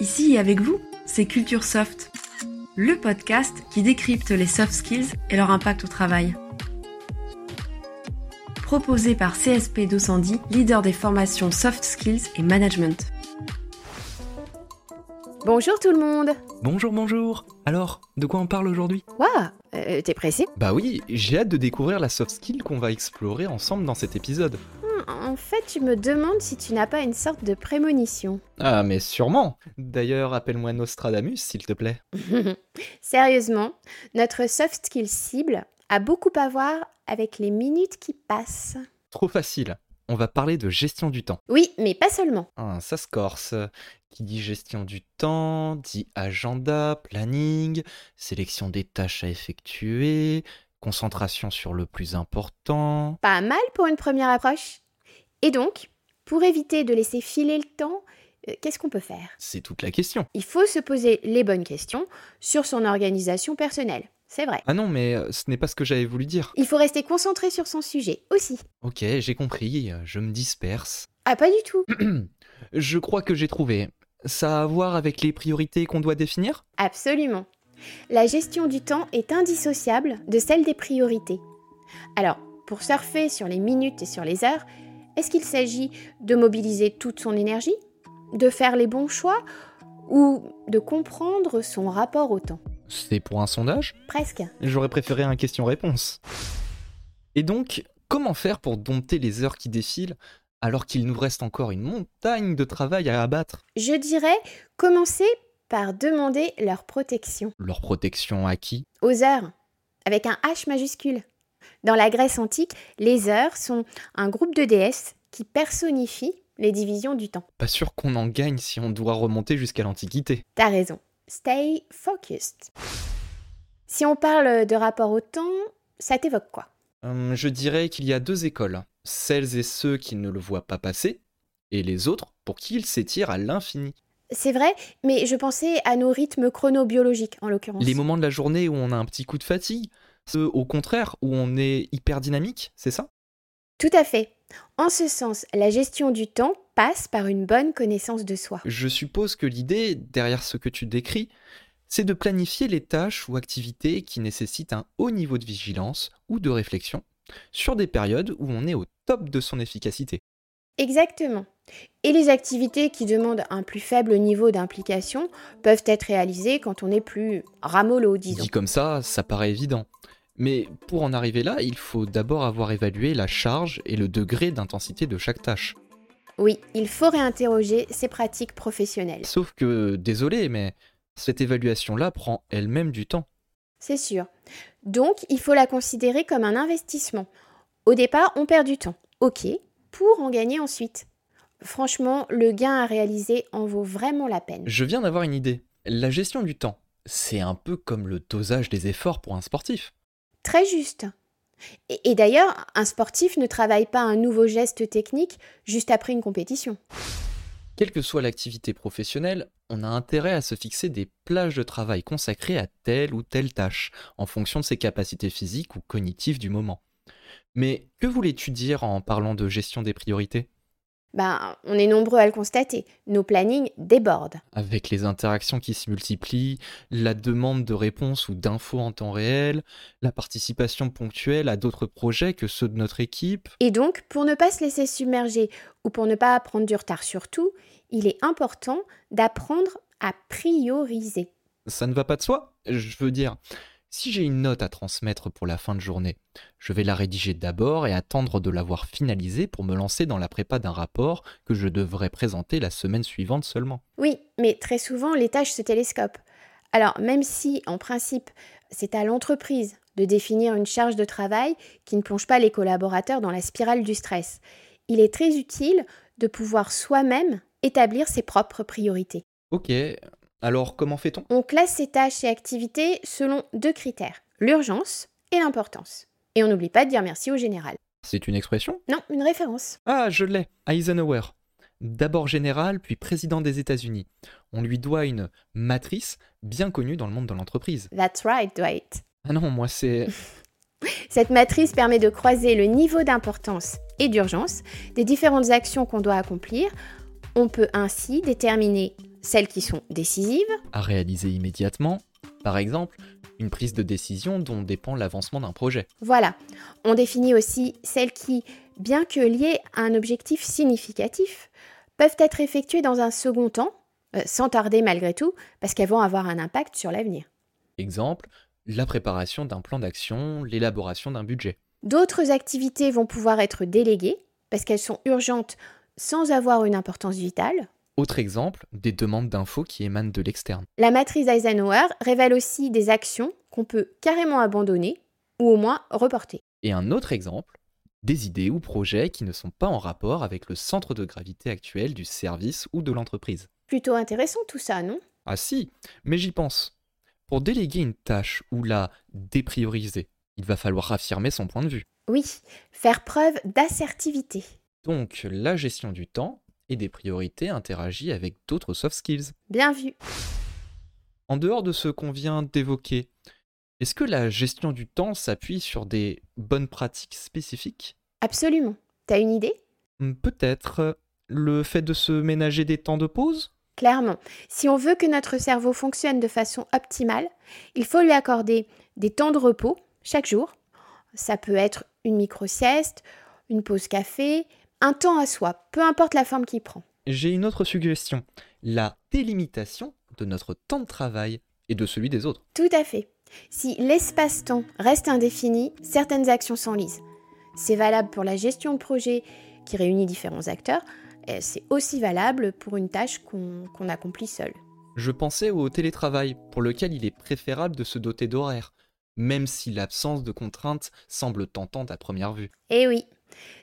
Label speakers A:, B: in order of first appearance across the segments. A: Ici et avec vous, c'est Culture Soft, le podcast qui décrypte les soft skills et leur impact au travail. Proposé par CSP 210, leader des formations soft skills et management.
B: Bonjour tout le monde
C: Bonjour, bonjour Alors, de quoi on parle aujourd'hui
B: Waouh euh, T'es pressé
C: Bah oui, j'ai hâte de découvrir la soft skill qu'on va explorer ensemble dans cet épisode.
B: Hmm, En fait, je me demande si tu n'as pas une sorte de prémonition.
C: Ah, mais sûrement D'ailleurs, appelle-moi Nostradamus, s'il te plaît.
B: Sérieusement, notre soft skill cible a beaucoup à voir avec les minutes qui passent.
C: Trop facile On va parler de gestion du temps.
B: Oui, mais pas seulement.
C: Ah, ça se corse. Qui dit gestion du temps, dit agenda, planning, sélection des tâches à effectuer, concentration sur le plus important.
B: Pas mal pour une première approche. Et donc, pour éviter de laisser filer le temps, euh, qu'est-ce qu'on peut faire
C: C'est toute la question.
B: Il faut se poser les bonnes questions sur son organisation personnelle. C'est vrai.
C: Ah non, mais euh, ce n'est pas ce que j'avais voulu dire.
B: Il faut rester concentré sur son sujet aussi.
C: Ok, j'ai compris, je me disperse.
B: Ah, pas du tout.
C: Je crois que j'ai trouvé. Ça a à voir avec les priorités qu'on doit définir
B: Absolument. La gestion du temps est indissociable de celle des priorités. Alors, pour surfer sur les minutes et sur les heures, est-ce qu'il s'agit de mobiliser toute son énergie, de faire les bons choix ou de comprendre son rapport au temps
C: C'est pour un sondage
B: Presque.
C: J'aurais préféré un question-réponse. Et donc, comment faire pour dompter les heures qui défilent alors qu'il nous reste encore une montagne de travail à abattre
B: Je dirais commencer par demander leur protection
C: Leur protection à qui
B: aux heures, avec un H majuscule. Dans la Grèce antique, les heures sont un groupe de déesses qui personnifient les divisions du temps.
C: Pas sûr qu'on en gagne si on doit remonter jusqu'à l'Antiquité.
B: T'as raison. Stay focused. Si on parle de rapport au temps, ça t'évoque quoi
C: Hum, je dirais qu'il y a deux écoles. Celles et ceux qui ne le voient pas passer, et les autres pour qui il s'étire à l'infini.
B: C'est vrai, mais je pensais à nos rythmes chronobiologiques en l'occurrence.
C: Les moments de la journée où on a un petit coup de fatigue, ceux au contraire où on est hyper dynamique, c'est ça
B: Tout à fait. En ce sens, la gestion du temps passe par une bonne connaissance de soi.
C: Je suppose que l'idée, derrière ce que tu décris, c'est de planifier les tâches ou activités qui nécessitent un haut niveau de vigilance ou de réflexion sur des périodes où on est au top de son efficacité.
B: Exactement. Et les activités qui demandent un plus faible niveau d'implication peuvent être réalisées quand on est plus ramolo, disons.
C: Dit comme ça, ça paraît évident. Mais pour en arriver là, il faut d'abord avoir évalué la charge et le degré d'intensité de chaque tâche.
B: Oui, il faut réinterroger ses pratiques professionnelles.
C: Sauf que, désolé, mais cette évaluation-là prend elle-même du temps.
B: C'est sûr. Donc, il faut la considérer comme un investissement. Au départ, on perd du temps. Ok, pour en gagner ensuite. Franchement, le gain à réaliser en vaut vraiment la peine.
C: Je viens d'avoir une idée. La gestion du temps, c'est un peu comme le dosage des efforts pour un sportif.
B: Très juste. Et, et d'ailleurs, un sportif ne travaille pas un nouveau geste technique juste après une compétition.
C: Quelle que soit l'activité professionnelle, on a intérêt à se fixer des plages de travail consacrées à telle ou telle tâche, en fonction de ses capacités physiques ou cognitives du moment. Mais que voulais-tu dire en parlant de gestion des priorités
B: Ben, on est nombreux à le constater, nos plannings débordent.
C: Avec les interactions qui se multiplient, la demande de réponses ou d'infos en temps réel, la participation ponctuelle à d'autres projets que ceux de notre équipe.
B: Et donc, pour ne pas se laisser submerger ou pour ne pas prendre du retard surtout, il est important d'apprendre à prioriser.
C: Ça ne va pas de soi Je veux dire, si j'ai une note à transmettre pour la fin de journée, je vais la rédiger d'abord et attendre de l'avoir finalisée pour me lancer dans la prépa d'un rapport que je devrais présenter la semaine suivante seulement.
B: Oui, mais très souvent, les tâches se télescopent. Alors, même si, en principe, c'est à l'entreprise de définir une charge de travail qui ne plonge pas les collaborateurs dans la spirale du stress, il est très utile de pouvoir soi-même établir ses propres priorités.
C: Ok, alors comment fait-on
B: On classe ces tâches et activités selon deux critères, l'urgence et l'importance. Et on n'oublie pas de dire merci au général.
C: C'est une expression
B: Non, une référence.
C: Ah, je l'ai, Eisenhower. D'abord général, puis président des États-Unis. On lui doit une matrice bien connue dans le monde de l'entreprise.
B: That's right, Dwight.
C: Ah non, moi c'est.
B: Cette matrice permet de croiser le niveau d'importance et d'urgence des différentes actions qu'on doit accomplir. On peut ainsi déterminer celles qui sont décisives,
C: à réaliser immédiatement, par exemple une prise de décision dont dépend l'avancement d'un projet.
B: Voilà. On définit aussi celles qui, bien que liées à un objectif significatif, peuvent être effectuées dans un second temps, euh, sans tarder malgré tout, parce qu'elles vont avoir un impact sur l'avenir.
C: Exemple, la préparation d'un plan d'action, l'élaboration d'un budget.
B: D'autres activités vont pouvoir être déléguées, parce qu'elles sont urgentes sans avoir une importance vitale.
C: Autre exemple, des demandes d'infos qui émanent de l'externe.
B: La matrice Eisenhower révèle aussi des actions qu'on peut carrément abandonner, ou au moins reporter.
C: Et un autre exemple, des idées ou projets qui ne sont pas en rapport avec le centre de gravité actuel du service ou de l'entreprise.
B: Plutôt intéressant tout ça, non
C: Ah si, mais j'y pense. Pour déléguer une tâche ou la déprioriser, il va falloir affirmer son point de vue.
B: Oui, faire preuve d'assertivité.
C: Donc la gestion du temps et des priorités interagit avec d'autres soft skills.
B: Bien vu.
C: En dehors de ce qu'on vient d'évoquer, est-ce que la gestion du temps s'appuie sur des bonnes pratiques spécifiques
B: Absolument. T'as une idée
C: Peut-être euh, le fait de se ménager des temps de pause
B: Clairement, si on veut que notre cerveau fonctionne de façon optimale, il faut lui accorder des temps de repos chaque jour. Ça peut être une micro-sieste, une pause café, un temps à soi, peu importe la forme qu'il prend.
C: J'ai une autre suggestion, la délimitation de notre temps de travail et de celui des autres.
B: Tout à fait. Si l'espace-temps reste indéfini, certaines actions s'enlisent. C'est valable pour la gestion de projet qui réunit différents acteurs, et c'est aussi valable pour une tâche qu'on qu'on accomplit seul.
C: Je pensais au télétravail, pour lequel il est préférable de se doter d'horaires, même si l'absence de contraintes semble tentante à première vue.
B: Eh oui,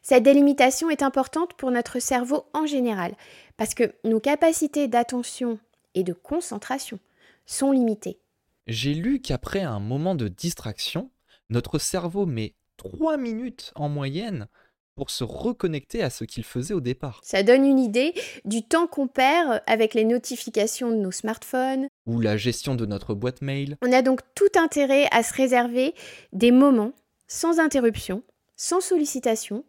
B: cette délimitation est importante pour notre cerveau en général, parce que nos capacités d'attention et de concentration sont limitées.
C: J'ai lu qu'après un moment de distraction, notre cerveau met 3 minutes en moyenne pour se reconnecter à ce qu'il faisait au départ.
B: Ça donne une idée du temps qu'on perd avec les notifications de nos smartphones.
C: Ou la gestion de notre boîte mail.
B: On a donc tout intérêt à se réserver des moments sans interruption, sans sollicitation,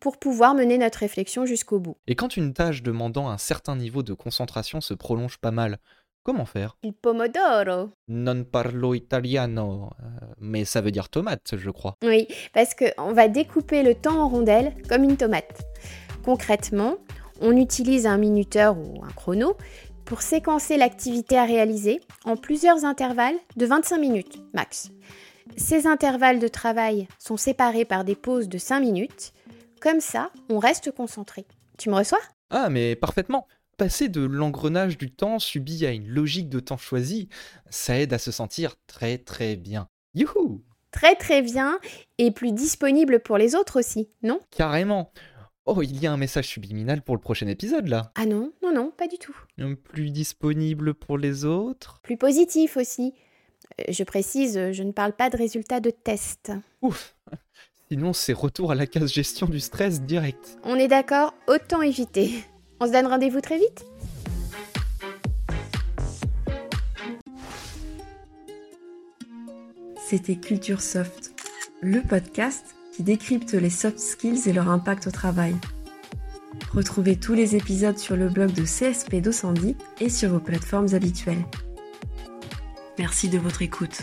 B: pour pouvoir mener notre réflexion jusqu'au bout.
C: Et quand une tâche demandant un certain niveau de concentration se prolonge pas mal, comment faire
B: Il pomodoro.
C: Non parlo italiano, euh, mais ça veut dire tomate, je crois.
B: Oui, parce qu'on va découper le temps en rondelles comme une tomate. Concrètement, on utilise un minuteur ou un chrono pour séquencer l'activité à réaliser en plusieurs intervalles de 25 minutes max. Ces intervalles de travail sont séparés par des pauses de 5 minutes. Comme ça, on reste concentré. Tu me reçois
C: Ah, mais parfaitement. Passer de l'engrenage du temps subi à une logique de temps choisi, ça aide à se sentir très très bien. Youhou
B: Très très bien et plus disponible pour les autres aussi, non
C: Carrément Oh, il y a un message subliminal pour le prochain épisode là.
B: Ah non, non, non, pas du tout.
C: Hum, Plus disponible pour les autres.
B: Plus positif aussi. Euh, Je précise, euh, je ne parle pas de résultats de tests.
C: Ouf Sinon, c'est retour à la case gestion du stress direct.
B: On est d'accord, autant éviter. On se donne rendez-vous très vite
A: C'était Culture Soft, le podcast qui décrypte les soft skills et leur impact au travail. Retrouvez tous les épisodes sur le blog de CSP 210 et sur vos plateformes habituelles. Merci de votre écoute.